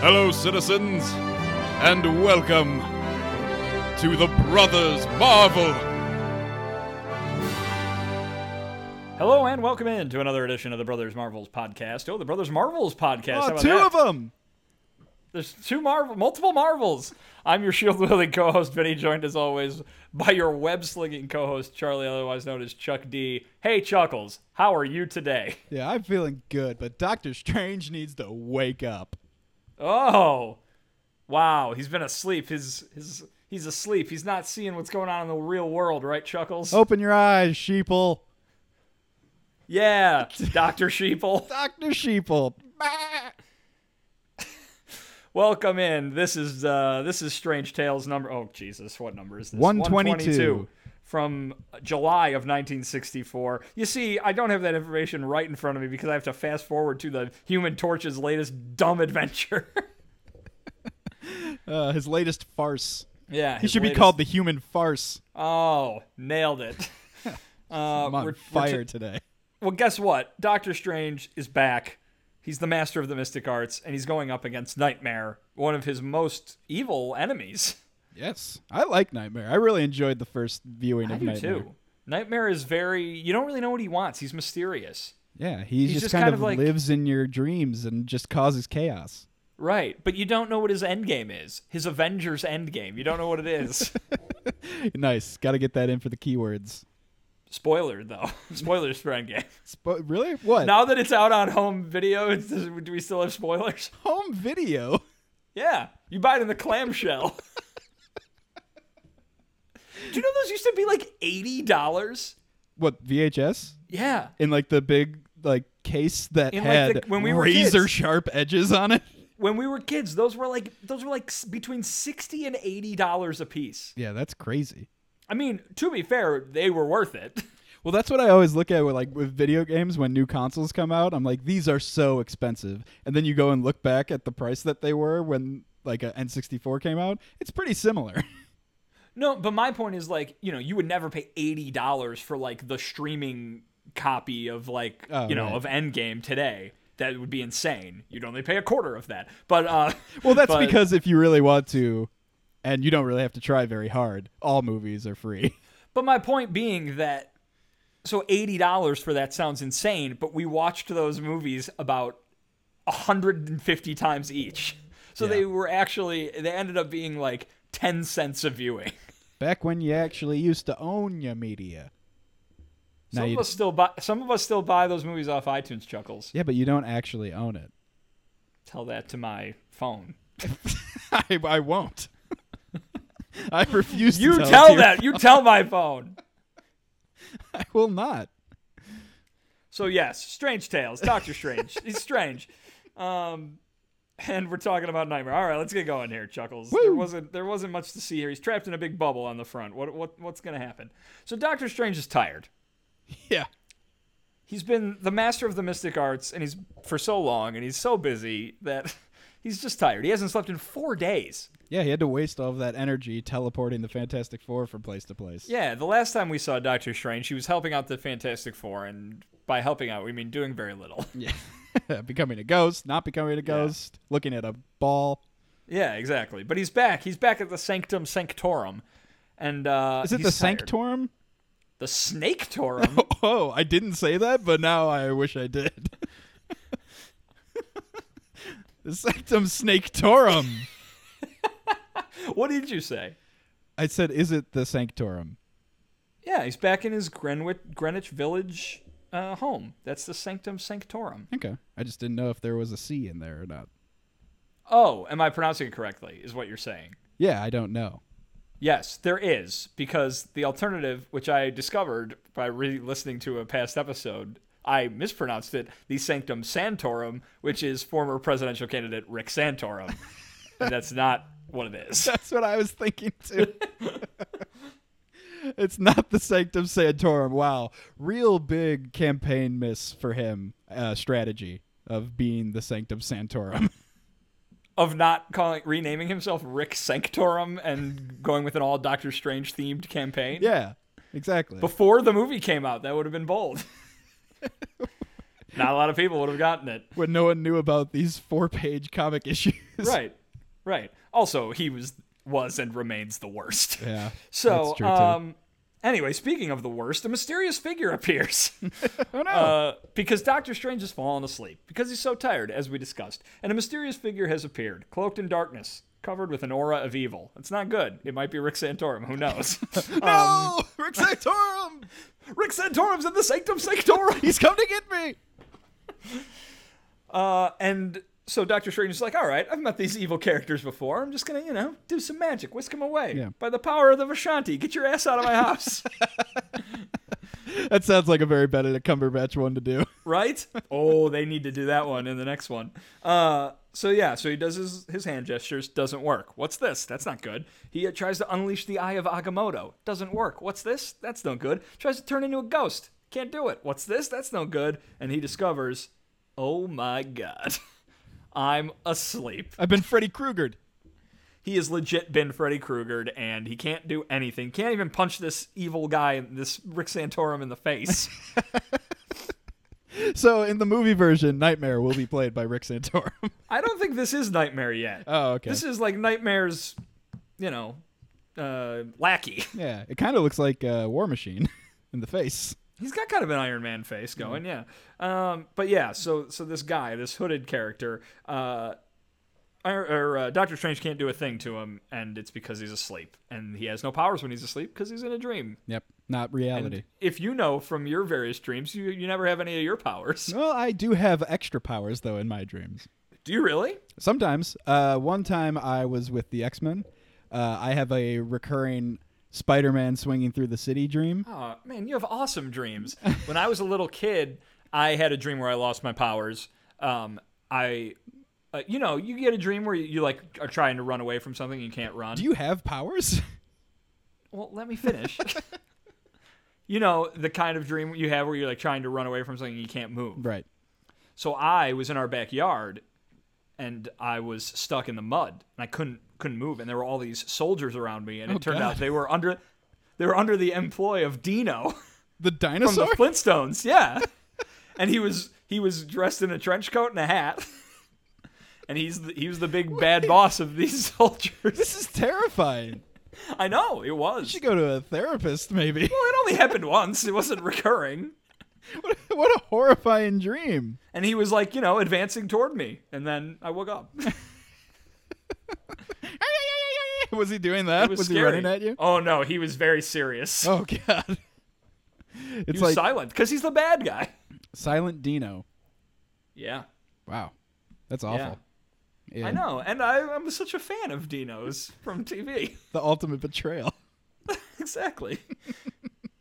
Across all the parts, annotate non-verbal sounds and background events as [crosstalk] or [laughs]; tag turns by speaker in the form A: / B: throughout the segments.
A: Hello, citizens, and welcome to the Brothers Marvel.
B: Hello and welcome in to another edition of the Brothers Marvels podcast. Oh, the Brothers Marvels podcast. How
C: Oh,
B: about
C: two
B: that?
C: of them.
B: There's two Marvel, multiple Marvels. I'm your shield wielding co-host Vinny, joined as always by your web slinging co-host Charlie, otherwise known as Chuck D. Hey, Chuckles, how are you today?
C: Yeah, I'm feeling good, but Doctor Strange needs to wake up.
B: Oh, wow, he's been asleep. His his he's asleep. He's not seeing what's going on in the real world, right, Chuckles?
C: Open your eyes, sheeple.
B: yeah, Doctor Sheeple.
C: Doctor Sheeple. Bah!
B: Welcome in. This is uh this is Strange Tales number Oh Jesus, what number is this?
C: 122.
B: from July of 1964. You see, I don't have that information right in front of me because I have to fast forward to the Human Torch's latest dumb adventure. [laughs]
C: Uh, his latest farce.
B: yeah.
C: He should be called the Human Farce.
B: Oh, nailed it. Uh,
C: I'm
B: we're-
C: on
B: we're t-
C: fire today.
B: well, guess what? Doctor Strange is back. He's the master of the mystic arts, and he's going up against Nightmare, one of his most evil enemies.
C: Yes, I like Nightmare. I really enjoyed the first viewing
B: I
C: of
B: do
C: Nightmare.
B: too. Nightmare is very. You don't really know what he wants. He's mysterious,
C: Yeah, he just,
B: just
C: kind,
B: kind
C: of
B: of like-
C: lives in your dreams and just causes chaos. [laughs]
B: right? But you don't know what his end game is. His Avengers end game. You don't know what it is.
C: nice. Got to get that in for the keywords.
B: Spoiler though. [laughs] Spoilers for Endgame.
C: Spo- really? What?
B: Now that it's out on home video, [laughs] it's, do we still have spoilers?
C: Home video.
B: Yeah, you buy it in the clamshell. Do you know those used to be like eighty dollars?
C: What VHS?
B: Yeah.
C: in like the big like case that
B: In, like,
C: had
B: the- when we were
C: razor
B: kids.
C: sharp edges on it.
B: When we were kids, those were like those were like s- between sixty and eighty dollars a piece.
C: Yeah, that's crazy.
B: I mean, to be fair, they were worth it. [laughs]
C: Well, that's what I always look at with like with video games when new consoles come out. I'm like, these are so expensive, and then you go and look back at the price that they were when like an N64 came out. It's pretty similar. [laughs]
B: No, but my point is like, you know, you would never pay eighty dollars for like the streaming copy of like
C: Oh,
B: you know,
C: right.
B: of Endgame today. That would be insane. You'd only pay a quarter of that. But uh [laughs]
C: well, that's
B: but-
C: because if you really want to, and you don't really have to try very hard, all movies are free. [laughs]
B: But my point being that so eighty dollars for that sounds insane, but we watched those movies about hundred and fifty times each. So
C: Yeah.
B: they were actually they ended up being like ten cents a viewing.
C: back when you actually used to own your media. Now
B: Some
C: you
B: of us still buy some of us still buy those movies off iTunes chuckles.
C: yeah, but you don't actually own it.
B: Tell that to my phone.
C: [laughs] I, I won't. I refuse
B: You
C: to
B: tell,
C: [laughs] tell, it to your-
B: that. You tell my phone.
C: I will not.
B: So yes, Strange Tales, Doctor Strange. He's strange. Um, and we're talking about Nightmare. All right, let's get going here, Chuckles. There
C: Woo.
B: wasn't there wasn't much to see here. He's trapped in a big bubble on the front. What what what's gonna happen? So Doctor Strange is tired.
C: Yeah.
B: He's been the master of the mystic arts, and he's for so long, and he's so busy that [laughs] he's just tired. He hasn't slept in four days.
C: Yeah, he had to waste all of that energy teleporting the Fantastic Four from place to place.
B: Yeah, the last time we saw Doctor Strange, he was helping out the Fantastic Four, and by helping out, we mean doing very little.
C: Yeah. [laughs] becoming a ghost, not becoming a ghost, looking at a ball.
B: Yeah, exactly. But he's back. He's back at the Sanctum Sanctorum. And uh
C: Is it
B: he's
C: the
B: tired.
C: Sanctorum?
B: The Snake Torum.
C: [laughs] Oh, I didn't say that, but now I wish I did. [laughs] the Sanctum Snaketorum.
B: what did you say?
C: I said, is it the Sanctorum?
B: Yeah, he's back in his Greenwich Greenwich Village uh, home. That's the Sanctum Sanctorum.
C: Okay. I just didn't know if there was a C in there or not.
B: Oh, am I pronouncing it correctly? Is what you're saying?
C: Yeah, I don't know.
B: Yes, there is because the alternative, which I discovered by re-listening to a past episode, I mispronounced it. The Sanctum Santorum, which is former presidential candidate Rick
C: [laughs]
B: Santorum, and that's not what it is.
C: That's what I was thinking too. [laughs] it's not the Sanctum Santorum. Wow. Real big campaign miss for him uh, strategy of being the Sanctum Santorum.
B: of not calling renaming himself Rick Sanctorum and going with an all Doctor Strange themed campaign.
C: [laughs] yeah, exactly.
B: Before the movie came out, that would have been bold. [laughs] Not a lot of people would have gotten it.
C: when no one knew about these four-page comic issues.
B: Right. Right. Also, he was was and remains the worst.
C: [laughs] Yeah.
B: So,
C: that's true, too.
B: um, anyway, speaking of the worst, a mysterious figure [laughs] appears.
C: [laughs] oh no.
B: Uh, because Doctor Strange has fallen asleep because he's so tired, as we discussed, and a mysterious figure has appeared, cloaked in darkness, covered with an aura of evil. It's not good. It might be Rick Santorum. Who
C: [laughs]
B: knows? Um,
C: no, [laughs] Rick Santorum.
B: Rick Santorum's in the Sanctum Sanctorum. [laughs]
C: He's come to get me.
B: Uh, and so Doctor Strange is like, all right, I've met these evil characters before. I'm just gonna, you know, do some magic, whisk them away
C: Yeah.
B: by the power of the Vashanti. Get your ass out of my
C: [laughs]
B: house,
C: That sounds like a very Benedict Cumberbatch one to do.
B: right? [laughs] Oh, they need to do that one in the next one. Uh, so yeah, so he does his his hand gestures. Doesn't work. What's this? That's not good. He uh, tries to unleash the eye of Agamotto. Doesn't work. What's this? That's no good. Tries to turn into a ghost. Can't do it. What's this? That's no good. And he discovers, oh my god, [laughs] I'm asleep.
C: I've been Freddy Kruegered.
B: he has legit been Freddy Kruegered and he can't do anything. Can't even punch this evil guy, this Rick Santorum, in the face.
C: So in the movie version, Nightmare will be played by Rick Santorum.
B: I don't think this is Nightmare yet.
C: [laughs] oh, okay.
B: This is like Nightmare's, you know, uh, lackey. [laughs]
C: yeah, it kind of looks like uh, War Machine [laughs] in the face.
B: He's got kind of an Iron Man face going, yeah. Um, but yeah, so so this guy, this hooded character, uh, or, or uh, Doctor Strange can't do a thing to him, and it's because he's asleep, and he has no powers when he's asleep because he's in a dream.
C: Yep, not
B: And
C: reality.
B: if you know from your various dreams, you, you never have any of your powers.
C: well, I do have extra powers though in my dreams.
B: [laughs] Do you really?
C: Sometimes. Uh, one time I was with the X Men. Uh, I have a recurring Spider-Man swinging through the city dream.
B: Oh, man, you have awesome
C: [laughs]
B: dreams. when I was a little kid, I had a dream where I lost my powers. Um, I, uh, you know, you get a dream where you, you like are trying to run away from something and you can't run.
C: Do you have powers? [laughs]
B: well, let me finish. [laughs] you know the kind of dream you have where you're like trying to run away from something and you can't move.
C: right.
B: So I was in our backyard and I was stuck in the mud and I couldn't couldn't move and there were all these soldiers around me and it
C: Oh,
B: turned out
C: God.
B: they were under they were under the employ of
C: [laughs]
B: Dino
C: The
B: from
C: dinosaur.
B: the Flintstones, yeah. and he was he was dressed in a trench coat and a hat. And he's the, he was the big bad boss of these [laughs] soldiers.
C: [laughs] this is terrifying.
B: I know it was.
C: You should go to a therapist, maybe.
B: Well, it only happened once. It wasn't recurring.
C: what, [laughs] what a horrifying dream. [laughs]
B: And he was like, you know, advancing toward me, and then I woke up. [laughs]
C: was he doing that?
B: It was,
C: was he
B: scary.
C: running at you?
B: Oh no, he was very serious.
C: Oh [laughs] god. It's
B: he was
C: like
B: silent because he's the bad guy.
C: Silent Dino.
B: Yeah,
C: Wow. That's awful. Yeah.
B: I know, and I, I'm such a fan of Dino's from TV.
C: The ultimate betrayal.
B: [laughs] exactly. it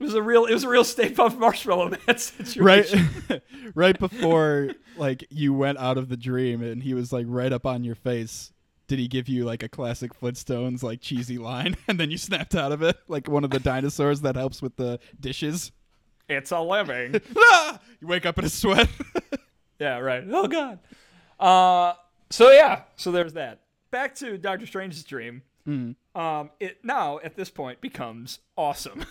B: was a real, it was a real Stay Puft Marshmallow Man [laughs] situation.
C: [laughs] Right [laughs] right before like you went out of the dream and he was like right up on your face. Did he give you like a classic Flintstones like cheesy line [laughs] and then you snapped out of it like one of the dinosaurs that helps with the dishes? [laughs]
B: It's a living.
C: Ah! You wake up in a sweat. [laughs]
B: yeah, right. Oh God. Uh, so yeah, so there's that. Back to Doctor Strange's dream. Um, it now at this point becomes awesome.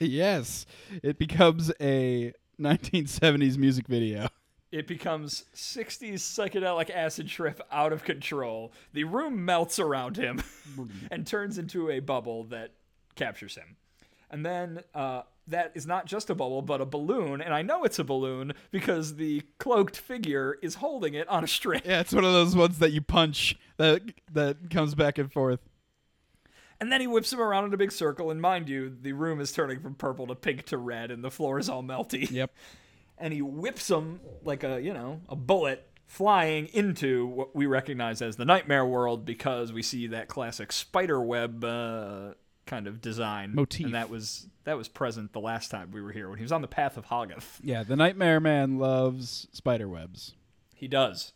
C: yes. It becomes a 1970s music video.
B: It becomes 60s psychedelic acid trip out of control. The room melts around him [laughs] and turns into a bubble that captures him. And then uh, that is not just a bubble, but a balloon. And I know it's a balloon because the cloaked figure is holding it on a string. [laughs]
C: Yeah, it's one of those ones that you punch that that comes back and forth.
B: And then he whips him around in a big circle. And mind you, the room is turning from purple to pink to red, and the floor is all melty. [laughs]
C: Yep.
B: and he whips him like a you know a bullet flying into what we recognize as the nightmare world because we see that classic spider web uh, kind of design
C: Motif.
B: and that was that was present the last time we were here when he was on the path of Hoggoth.
C: Yeah, the Nightmare Man loves spider webs.
B: He does.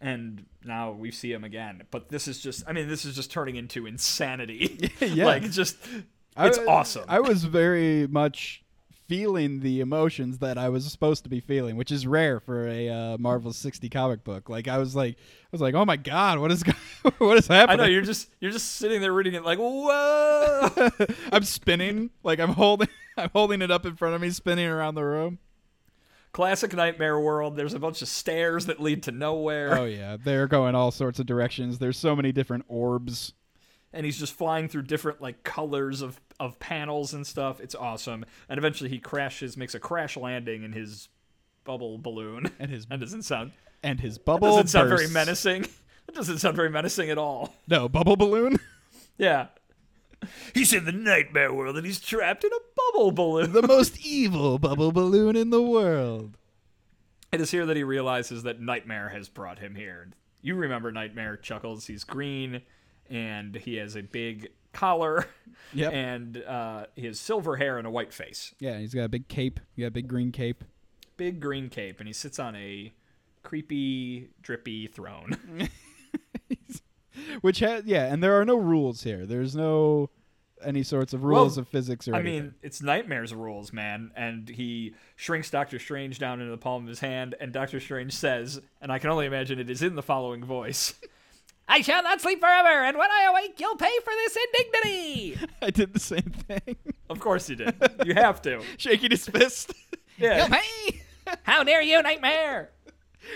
B: And now we see him again, but this is just—I mean, this is just turning into insanity.
C: [laughs]
B: [laughs]
C: Yeah.
B: like just—it's awesome.
C: I was very much feeling the emotions that I was supposed to be feeling, which is rare for a uh, Marvel 60 comic book. Like I was like I was like, "Oh my god, what is go- [laughs] what is
B: I
C: happening?"
B: know you're just—you're just sitting there reading it like, whoa.
C: [laughs] I'm spinning, like I'm holding I'm holding it up in front of me spinning around the room.
B: classic nightmare world. There's a bunch of stairs that lead to nowhere,
C: Oh yeah, they're going all sorts of directions. There's so many different orbs.
B: and he's just flying through different like colors of of panels and stuff. It's awesome. And eventually he crashes, makes a crash landing in his bubble balloon.
C: And
B: [laughs]
C: his-
B: that doesn't sound
C: And his bubble
B: doesn't sound very
C: bursts.
B: menacing. [laughs] That doesn't sound very menacing at all.
C: No, bubble balloon. [laughs]
B: Yeah. He's in the nightmare world and he's trapped in a bubble balloon.
C: the most evil bubble balloon in the world.
B: It is here that he realizes that Nightmare has brought him here. You remember Nightmare chuckles. He's green and he has a big collar [laughs]
C: Yep.
B: and uh, he has silver hair and a white face.
C: Yeah, he's got a big cape. You got a big green cape.
B: Big green cape and he sits on a creepy, drippy throne.
C: Which has yeah, and there are no rules here. There's no any sorts of rules
B: Well,
C: of physics or
B: I
C: anything.
B: mean, it's Nightmare's rules, man. And he shrinks Doctor Strange down into the palm of his hand and Doctor Strange says, and I can only imagine it is in the following voice. [laughs] I shall not sleep forever, and when I awake, you'll pay for this indignity.
C: [laughs] I did the same thing. [laughs]
B: Of course you did. You have to.
C: Shaking his fist. [laughs]
B: Yeah.
C: Hey!
B: How dare you, nightmare?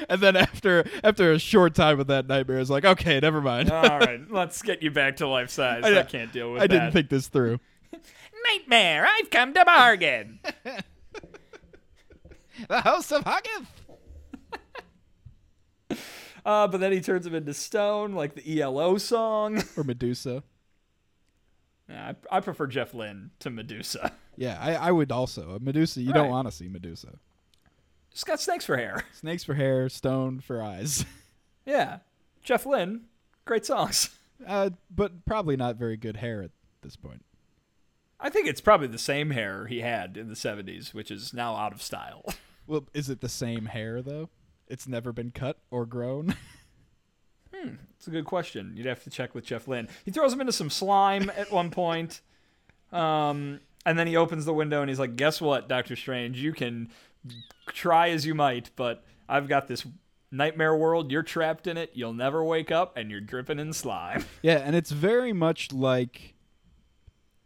C: and then after after a short time with that nightmare, it's like, okay, never mind.
B: All right, let's get you back to life size. I, can't deal with
C: [laughs] I
B: that.
C: didn't think this
B: [laughs]
C: through.
B: Nightmare, I've come to bargain.
C: The house of Haggith.
B: [laughs] uh, but then he turns him into stone, like the ELO [laughs] song.
C: Or Medusa.
B: Nah, I, I prefer Jeff Lynne to Medusa.
C: Yeah, I, I would also. Uh, Medusa, you
B: Right.
C: don't want to see Medusa.
B: She's got snakes for hair.
C: Snakes for hair, stone for eyes. [laughs]
B: Yeah. Jeff Lynne, great songs.
C: Uh, but probably not very good hair at this point.
B: I think it's probably the same hair he had in the 70s, which is now out of style.
C: Well, is it the same hair though? It's never been cut or grown. [laughs]
B: It's a good question. You'd have to check with Jeff Lynn. He throws him into some slime at one point. Um, and then he opens the window and he's like, Guess what, Doctor Strange? You can try as you might, but I've got this nightmare world. You're trapped in it. You'll never wake up, and you're dripping in slime.
C: yeah, and it's very much like.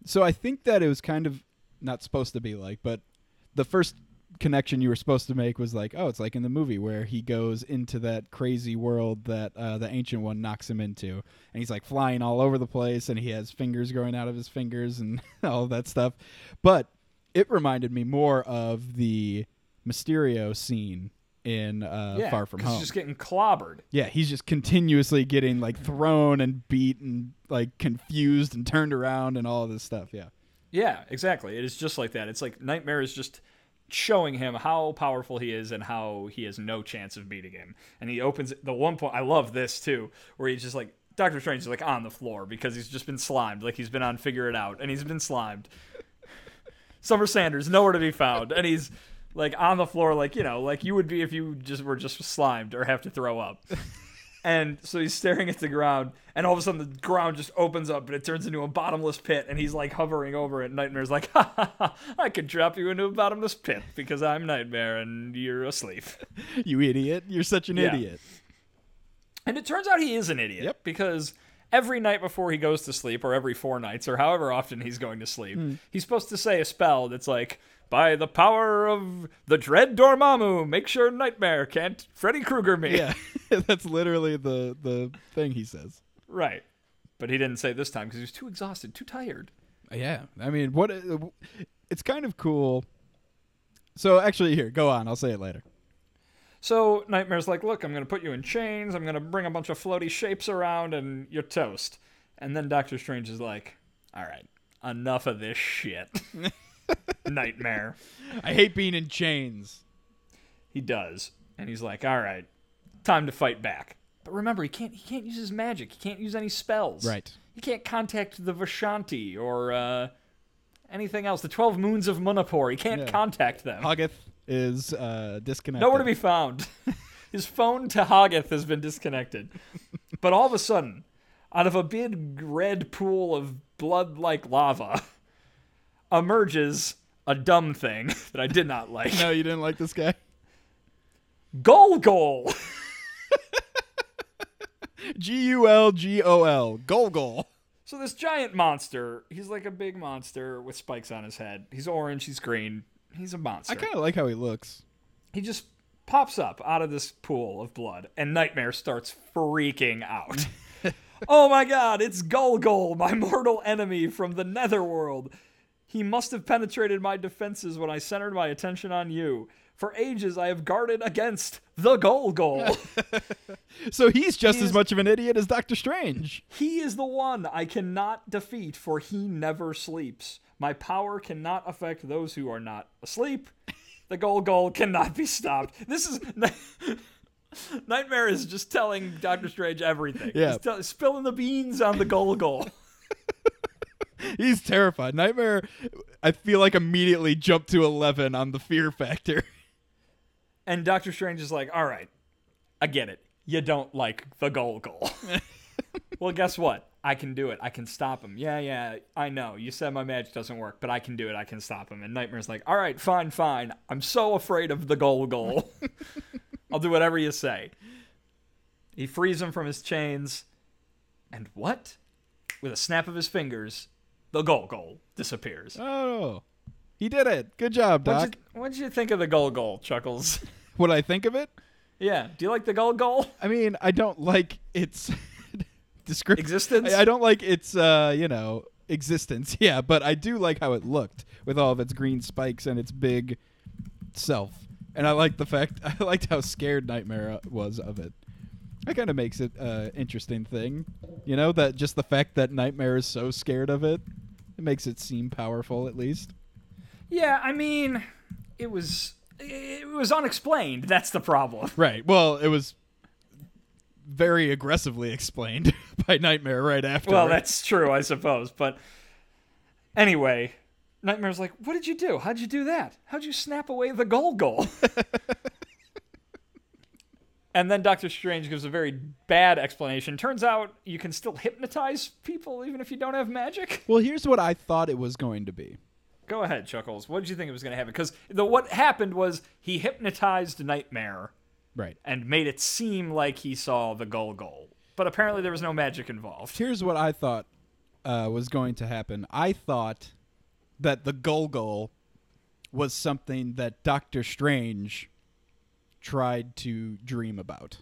C: So I think that it was kind of not supposed to be like, but the first connection you were supposed to make was like, oh, it's like in the movie where he goes into that crazy world that uh, the ancient one knocks him into, and he's like flying all over the place, and he has fingers growing out of his fingers and [laughs] all that stuff. But it reminded me more of the Mysterio scene in uh, Far From
B: 'cause
C: Home.
B: He's just getting clobbered.
C: Yeah, he's just continuously getting like thrown and beat and like confused and turned around and all this stuff. Yeah.
B: Yeah, exactly. It is just like that. It's like Nightmare is just showing him how powerful he is and how he has no chance of beating him. And he opens the one point. I love this too, where he's just like Doctor Strange is like on the floor because he's just been slimed. Like he's been on Figure It Out and he's been slimed. [laughs] Summer Sanders nowhere to be found, and he's like on the floor, like you know, like you would be if you just were just slimed or have to throw up. And so he's staring at the ground, and all of a sudden the ground just opens up and it turns into a bottomless pit, and he's like hovering over it. Nightmare's like, [laughs] ha, ha, ha I could drop you into a bottomless pit because I'm Nightmare and you're asleep.
C: You idiot. You're such an
B: Yeah.
C: idiot.
B: And it turns out he is an idiot
C: Yep.
B: because every night before he goes to sleep, or every four nights, or however often he's going to sleep,
C: Hmm.
B: he's supposed to say a spell that's like, by the power of the dread Dormammu, make sure Nightmare can't Freddy Krueger me.
C: Yeah. [laughs] That's literally the the thing he says.
B: [laughs] Right. But he didn't say this time because he was too exhausted, too tired.
C: Yeah. I mean, what uh, it's kind of cool. So actually here, go on. I'll say it later.
B: So Nightmare's like, look, I'm going to put you in chains. I'm going to bring a bunch of floaty shapes around and you're toast. And then Doctor Strange is like, all right, enough of this shit.
C: [laughs]
B: Nightmare.
C: I hate being in chains.
B: He does. And he's like, all right, time to fight back. But remember, he can't, he can't use his magic. He can't use any spells.
C: Right.
B: He can't contact the Vishanti or uh, anything else. The 12 moons of Munapur. He can't
C: Yeah.
B: contact them.
C: Hoggeth is uh disconnected.
B: Nowhere to be found. [laughs] His phone to Hoggeth has been disconnected. But all of a sudden, out of a big red pool of blood like lava, emerges a dumb thing [laughs] that I did not like.
C: [laughs] No, you didn't like this guy.
B: Goal goal!
C: G U L G O L. Gol gol.
B: So this giant monster, he's like a big monster with spikes on his head. He's orange, he's green, he's a monster.
C: I kind of like how he looks.
B: he just pops up out of this pool of blood, and Nightmare starts freaking out. oh my god, it's Golgol, my mortal enemy from the netherworld. He must have penetrated my defenses when I centered my attention on you. For ages, I have guarded against the Golgol.
C: So he's just
B: He's-
C: as much of an idiot as Doctor Strange.
B: He is the one I cannot defeat, for he never sleeps. My power cannot affect those who are not asleep. The goal goal cannot be stopped. This is. [laughs] Nightmare is just telling Doctor Strange everything.
C: Yeah.
B: He's tell- spilling the beans on the goal goal.
C: He's terrified. Nightmare, I feel like immediately jumped to 11 on the fear factor. [laughs]
B: And Doctor Strange is like, all right, I get it. You don't like the goal goal. well, guess what? I can do it. I can stop him. Yeah, yeah, I know. You said my magic doesn't work, but I can do it. I can stop him. And Nightmare's like, all right, fine, fine. I'm so afraid of the goal goal. I'll do whatever you say. He frees him from his chains. And what? With a snap of his fingers, the goal goal disappears.
C: Oh, he did it. Good job, Doc.
B: What'd you, what'd you think of the goal goal, Chuckles?
C: What I think of it?
B: yeah. Do you like the goal goal?
C: I mean, I don't like its [laughs] description.
B: Existence?
C: I, I don't like its, uh, you know, existence. [laughs] Yeah, but I do like how it looked with all of its green spikes and its big self. And I like the fact, [laughs] I liked how scared Nightmare uh, was of it. That kind of makes it uh, interesting thing, you know. That just the fact that Nightmare is so scared of it, it makes it seem powerful at least.
B: Yeah, I mean, it was it was unexplained. That's the problem. [laughs]
C: Right. Well, it was very aggressively [laughs] explained by Nightmare right after.
B: Well, that's true, I suppose. But anyway, Nightmare's like, "What did you do? How'd you do that? How'd you snap away the goal goal?" [laughs] and then Doctor Strange gives a very bad explanation. Turns out you can still hypnotize people even if you don't have magic.
C: Well, here's what I thought it was going to be.
B: Go ahead, Chuckles. What did you think it was going to happen? Because the what happened was he hypnotized Nightmare.
C: Right.
B: and made it seem like he saw the goal goal. But apparently there was no magic involved. [laughs]
C: Here's what I thought uh, was going to happen. I thought that the Golgol was something that Doctor Strange tried to dream about.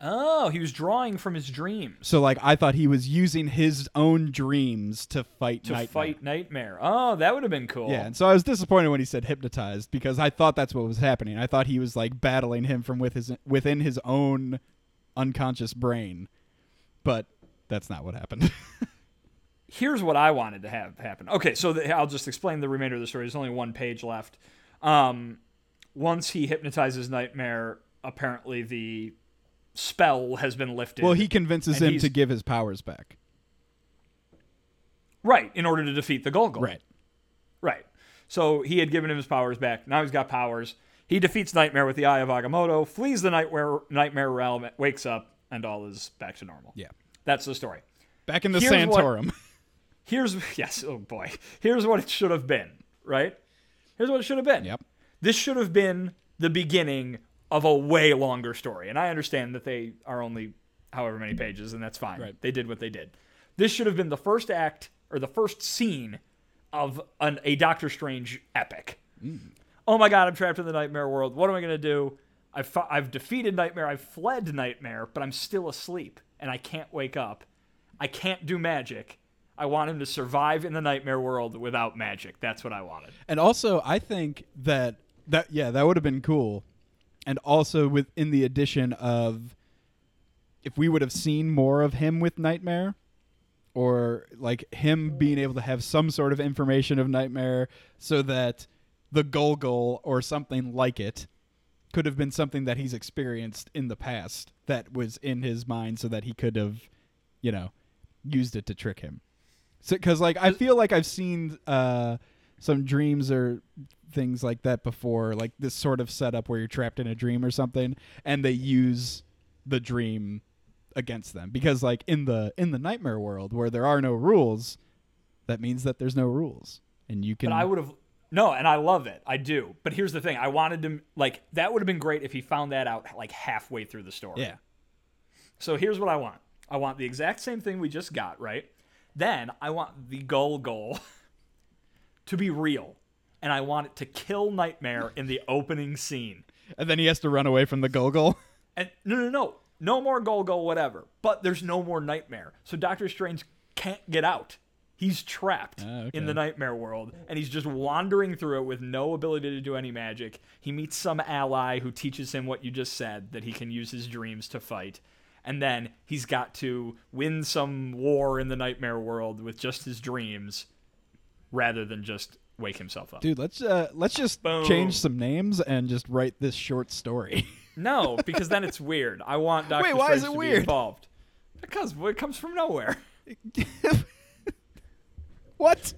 B: Oh, he was drawing from his dreams
C: So, like, I thought he was using his own dreams to fight
B: to
C: Nightmare.
B: fight Nightmare. Oh, that would have been cool.
C: Yeah, and so I was disappointed when he said hypnotized because I thought that's what was happening. I thought he was like battling him from with his within his own unconscious brain, but that's not what happened. [laughs]
B: Here's what I wanted to have happen. Okay, so the, I'll just explain the remainder of the story. There's only one page left. Um, once he hypnotizes Nightmare, apparently the spell has been lifted.
C: well, he convinces
B: And
C: him
B: he's-
C: to give his powers back.
B: right in order to defeat the goal goal.
C: Right.
B: Right. So he had given him his powers back. Now he's got powers. He defeats Nightmare with the Eye of Agamotto, flees the Nightmare, nightmare realm, wakes up, and all is back to normal.
C: Yeah.
B: That's the story.
C: Back in the
B: Here's what-
C: Santorum.
B: [laughs] Here's, [laughs] yes, oh boy. Here's what it should have been, right? Here's what it should have been.
C: Yep.
B: This should have been the beginning of a way longer story. And I understand that they are only however many pages, and that's fine.
C: Right.
B: They did what they did. This should have been the first act or the first scene of an, a Doctor Strange epic. Oh my God, I'm trapped in the nightmare world. What am I going to do? I've, fu- I've defeated nightmare. I've fled nightmare, but I'm still asleep and I can't wake up. I can't do magic. I want him to survive in the nightmare world without magic. That's what I wanted.
C: And also, I think that that yeah, that would have been cool. And also within the addition of if we would have seen more of him with Nightmare or like him being able to have some sort of information of Nightmare so that the Golgol or something like it could have been something that he's experienced in the past that was in his mind so that he could have, you know, used it to trick him. Because like I feel like I've seen uh, some dreams or things like that before, like this sort of setup where you're trapped in a dream or something, and they use the dream against them because like in the in the nightmare world where there are no rules, that means that there's no rules, and you can.
B: But I would have no, and I love it. I do. But here's the thing: I wanted to like that would have been great if he found that out like halfway through the story.
C: yeah,
B: So here's what I want: I want the exact same thing we just [laughs] got, right? Then I want the goal goal to be real. and I want it to kill Nightmare in the opening scene.
C: And then he has to run away from the Gogol. [laughs]
B: And no, no, no, no more Golgo, whatever. But there's no more Nightmare, so Doctor Strange can't get out. He's trapped
C: Ah, okay.
B: in the Nightmare world, and he's just wandering through it with no ability to do any magic. He meets some ally who teaches him what you just said that he can use his dreams to fight. And then he's got to win some war in the nightmare world with just his dreams rather than just wake himself up.
C: Dude, let's uh, let's just
B: Boom.
C: change some names and just write this short story. [laughs]
B: No, because then it's weird. I want Doctor
C: Wait, why is
B: Strange
C: it
B: to
C: weird?
B: be involved. Because it comes from nowhere.
C: what?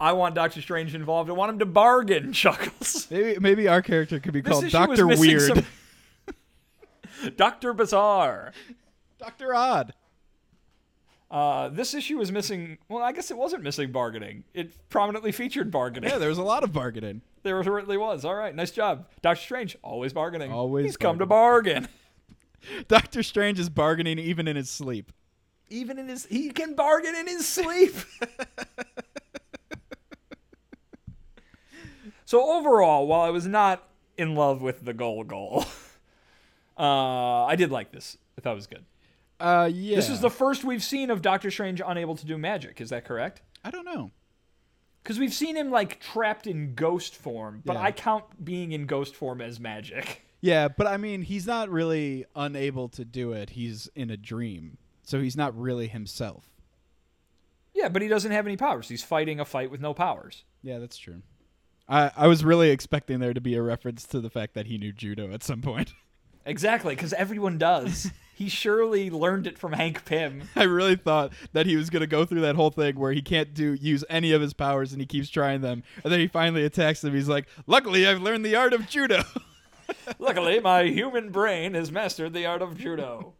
B: I want Doctor Strange involved. I want him to bargain, [laughs] Chuckles.
C: Maybe maybe our character could be called
B: This issue was
C: Doctor
B: missing
C: Weird,
B: some- [laughs] Doctor Bizarre.
C: [laughs] Doctor Odd.
B: Uh, this issue was missing. Well, I guess it wasn't missing bargaining. It prominently featured bargaining.
C: Yeah, there was a lot of bargaining. [laughs]
B: There certainly was. All right, nice job, Doctor Strange. Always bargaining.
C: Always
B: He's come to bargain.
C: Doctor Strange is bargaining even in his sleep.
B: Even in his, he can bargain in his
C: [laughs]
B: sleep. so overall, while I was not in love with the goal goal, [laughs] uh, I did like this. I thought it was good.
C: Uh, yeah.
B: This is the first we've seen of Doctor Strange unable to do magic. Is that correct?
C: I don't know.
B: Because we've seen him like trapped in ghost form, but
C: Yeah.
B: I count being in ghost form as magic. [laughs]
C: Yeah, but I mean, he's not really unable to do it. He's in a dream, so he's not really himself.
B: Yeah, but he doesn't have any powers. He's fighting a fight with no powers.
C: Yeah, that's true. I I was really expecting there to be a reference to the fact that he knew judo at some point. [laughs]
B: Exactly, because everyone does. he surely learned it from Hank Pym.
C: [laughs] I really thought that he was gonna go through that whole thing where he can't do use any of his powers and he keeps trying them, and then he finally attacks them. He's like, "Luckily, I've learned the art of judo." [laughs]
B: Luckily, my human brain has mastered the art of
C: [laughs]
B: judo.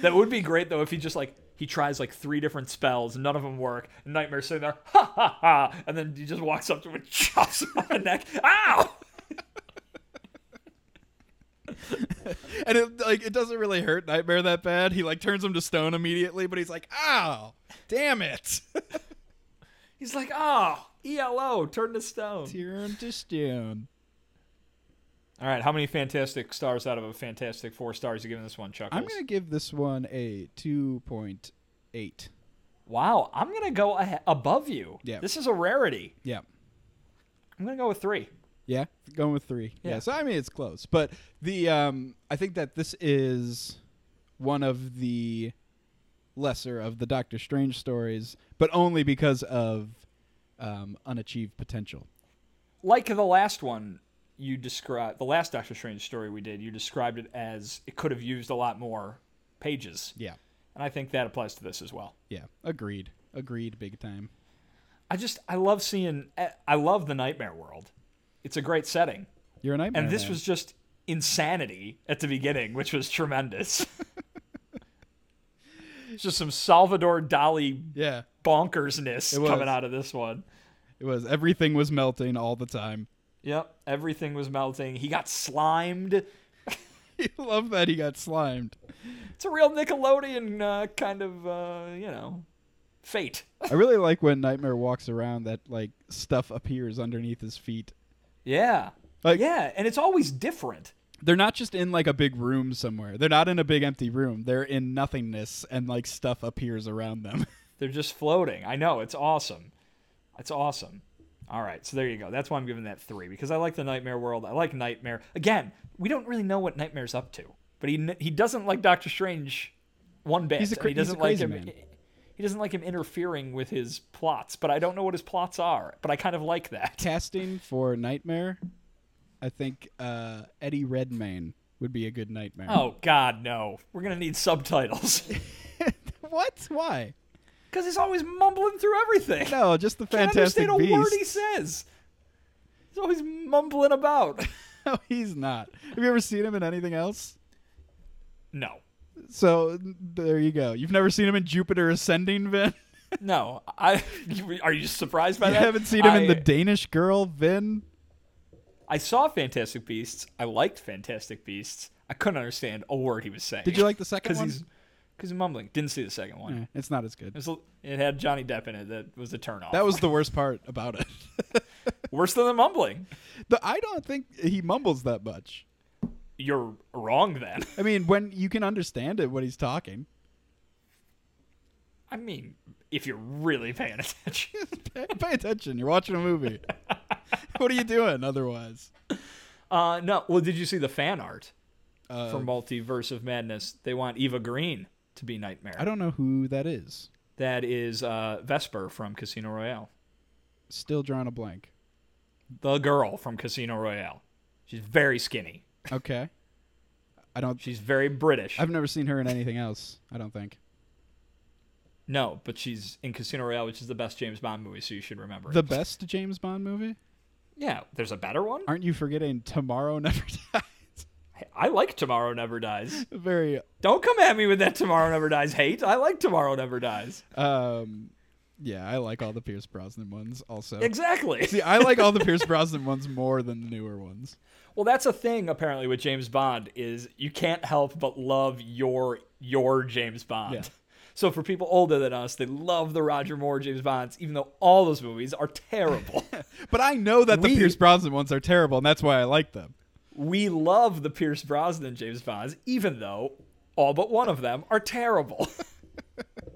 B: that would be great though if he just like he tries like three different spells, none of them work. and Nightmare's sitting there, ha ha ha, and then he just walks up to him and [laughs] chops him on the neck. Ow!
C: and it like it doesn't really hurt Nightmare that bad. He like turns him to stone immediately, but he's like, "Ow, damn it!" [laughs]
B: He's like, oh, ELO, turn to stone.
C: Turn to stone.
B: All right, how many fantastic stars out of a fantastic four stars you giving this one, Chuckles?
C: I'm gonna give this one a two point eight.
B: Wow, I'm gonna go ahe- above you.
C: Yeah.
B: this is a rarity.
C: Yeah.
B: I'm gonna go with three.
C: Yeah, going with three. Yeah.
B: Yeah.
C: So I mean, it's close, but the um, I think that this is one of the lesser of the Doctor Strange stories, but only because of um, unachieved potential.
B: Like the last one you described, the last Doctor Strange story we did, you described it as it could have used a lot more pages,
C: Yeah.
B: and I think that applies to this as well.
C: Yeah. Agreed. Agreed. Big time.
B: I just I love seeing I- I love the Nightmare World. It's a great setting,
C: You're a nightmare.
B: and this
C: man.
B: was just insanity at the beginning, which was tremendous. [laughs] It's just some Salvador Dali
C: Yeah. It
B: bonkersness
C: was.
B: coming out of this one.
C: It was. Everything was melting all the time. [laughs]
B: Yep, everything was melting. He got slimed.
C: I love that he got slimed.
B: It's a real Nickelodeon uh, kind of, uh, you know, fate. [laughs]
C: I really like when Nightmare walks around that like stuff appears underneath his feet.
B: Yeah.
C: Like-
B: yeah, and it's always different.
C: they're not just in like a big room somewhere. They're not in a big empty room. They're in nothingness and like stuff appears around them. [laughs]
B: They're just floating. I know, it's awesome. It's awesome. All right, so there you go. That's why I'm giving that three because I like the Nightmare world. I like Nightmare. Again, we don't really know what Nightmare's up to, but he he doesn't like Doctor Strange one bit.
C: He's a
B: and
C: cra-
B: he
C: he's a
B: doesn't like
C: crazy
B: him.
C: man.
B: He doesn't like him interfering with his plots, but I don't know what his plots are. But I kind of like that. [laughs]
C: Casting for Nightmare, I think uh, Eddie Redmayne would be a good Nightmare.
B: Oh God, no! We're gonna need subtitles [laughs]
C: what? Why?
B: because he's always mumbling through everything.
C: No, just the
B: Can't
C: Fantastic
B: understand a word he
C: Beast.
B: says. He's always mumbling about.
C: [laughs] No, he's not. Have you ever seen him in anything else?
B: No,
C: So there you go. You've never seen him in Jupiter Ascending, Vin. [laughs]
B: no. I [laughs] are you surprised by
C: You
B: that?
C: haven't seen him in the
B: I-
C: Danish Girl, Vin.
B: I saw Fantastic Beasts. I liked Fantastic Beasts. I couldn't understand a word he was saying.
C: Did you like the
B: [laughs]
C: second
B: Because
C: one?
B: he's because he's mumbling. Didn't see the second one.
C: Eh, It's not as
B: It,
C: good.
B: was, a- it had Johnny Depp in it. That was a turnoff.
C: That was the worst part about it.
B: [laughs]
C: [laughs]
B: Worse than the mumbling.
C: The, I don't think he mumbles that much.
B: You're wrong then.
C: I mean, when you can understand it when he's talking. [laughs]
B: I mean, if you're really paying
C: [laughs]
B: attention.
C: Pay, pay attention. You're watching a movie. [laughs] what are you doing otherwise?
B: Uh, no. Well, did you see the fan art
C: Uh,
B: for Multiverse of Madness? They want Eva Green to be Nightmare.
C: I don't know who that is.
B: That is uh, Vesper from Casino Royale.
C: Still drawing a blank.
B: The girl from Casino Royale. She's very skinny.
C: Okay. I don't.
B: She's very British.
C: I've never seen her in anything else. I don't think.
B: No, but she's in Casino Royale, which is the best James Bond movie, so you should remember. it.
C: The best James Bond movie?
B: yeah, there's a better one.
C: Aren't you forgetting Tomorrow [laughs] Never Dies?
B: I like Tomorrow Never Dies.
C: Very
B: Don't come at me with that Tomorrow Never Dies hate. I like Tomorrow Never Dies.
C: um yeah, I like all the Pierce Brosnan ones also.
B: Exactly.
C: See, I like all the Pierce Brosnan ones more than the newer ones.
B: Well, that's a thing apparently with James Bond is you can't help but love your your James Bond.
C: Yeah.
B: [laughs] So for people older than us, they love the Roger Moore James Bonds, even though all those movies are terrible.
C: [laughs] But I know that the
B: We-
C: Pierce Brosnan ones are terrible and that's why I like them.
B: we love the Pierce Brosnan James Bonds, even though all but one of them are terrible. [laughs]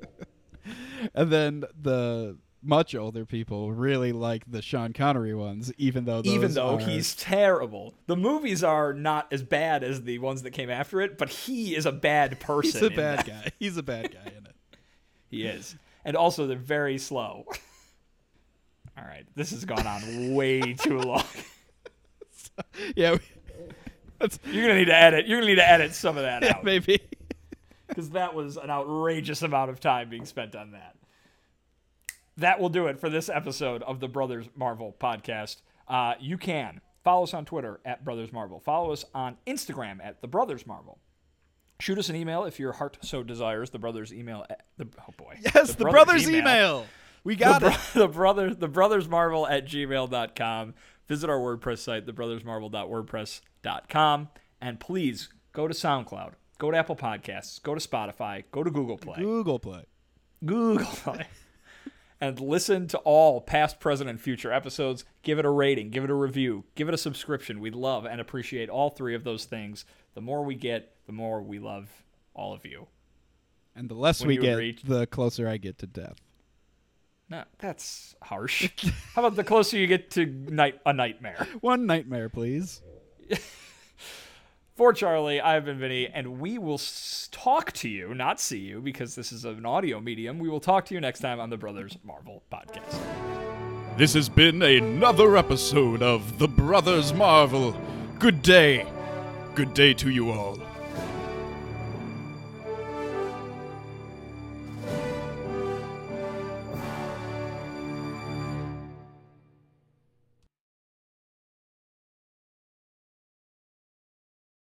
C: And then the much older people really like the Sean Connery ones even though those
B: even though
C: are-
B: he's terrible. The movies are not as bad as the ones that came after it, but he is a bad person.
C: [laughs] he's a
B: in
C: bad
B: that. [laughs]
C: guy. He's a bad guy in it.
B: He is. And also, they're very slow. [laughs] All right, this has gone on way too long. [laughs]
C: Yeah. we- [laughs] That's
B: You're gonna need to edit. You're gonna need to edit some of that out [laughs]
C: maybe.
B: because that was an outrageous amount of time being spent on that. That will do it for this episode of the Brothers Marvel podcast. Uh, you can follow us on Twitter at Brothers Marvel. Follow us on Instagram at the Brothers Marvel. Shoot us an email if your heart so desires. The brothers email at the oh boy.
C: Yes, the, brothers, email. We got
B: the,
C: it.
B: [laughs] bro- the brother the brothers marvel at gmail.com visit our wordpress site thebrothersmarvel.wordpress.com and please go to soundcloud go to apple podcasts go to spotify go to google play
C: Google Play.
B: [laughs] google play and listen to all past present and future episodes give it a rating give it a review give it a subscription we love and appreciate all three of those things the more we get the more we love all of you
C: And the less
B: When
C: we
B: you
C: get,
B: reach-
C: the closer I get to death.
B: no, that's harsh. [laughs] How about the closer you get to night a nightmare?
C: One nightmare, please.
B: For Charlie, I've been Vinny, and we will s- talk to you, not see you, because this is an audio medium. We will talk to you next time on the Brothers Marvel podcast.
A: This has been another episode of The Brothers Marvel. Good day. Good day to you all.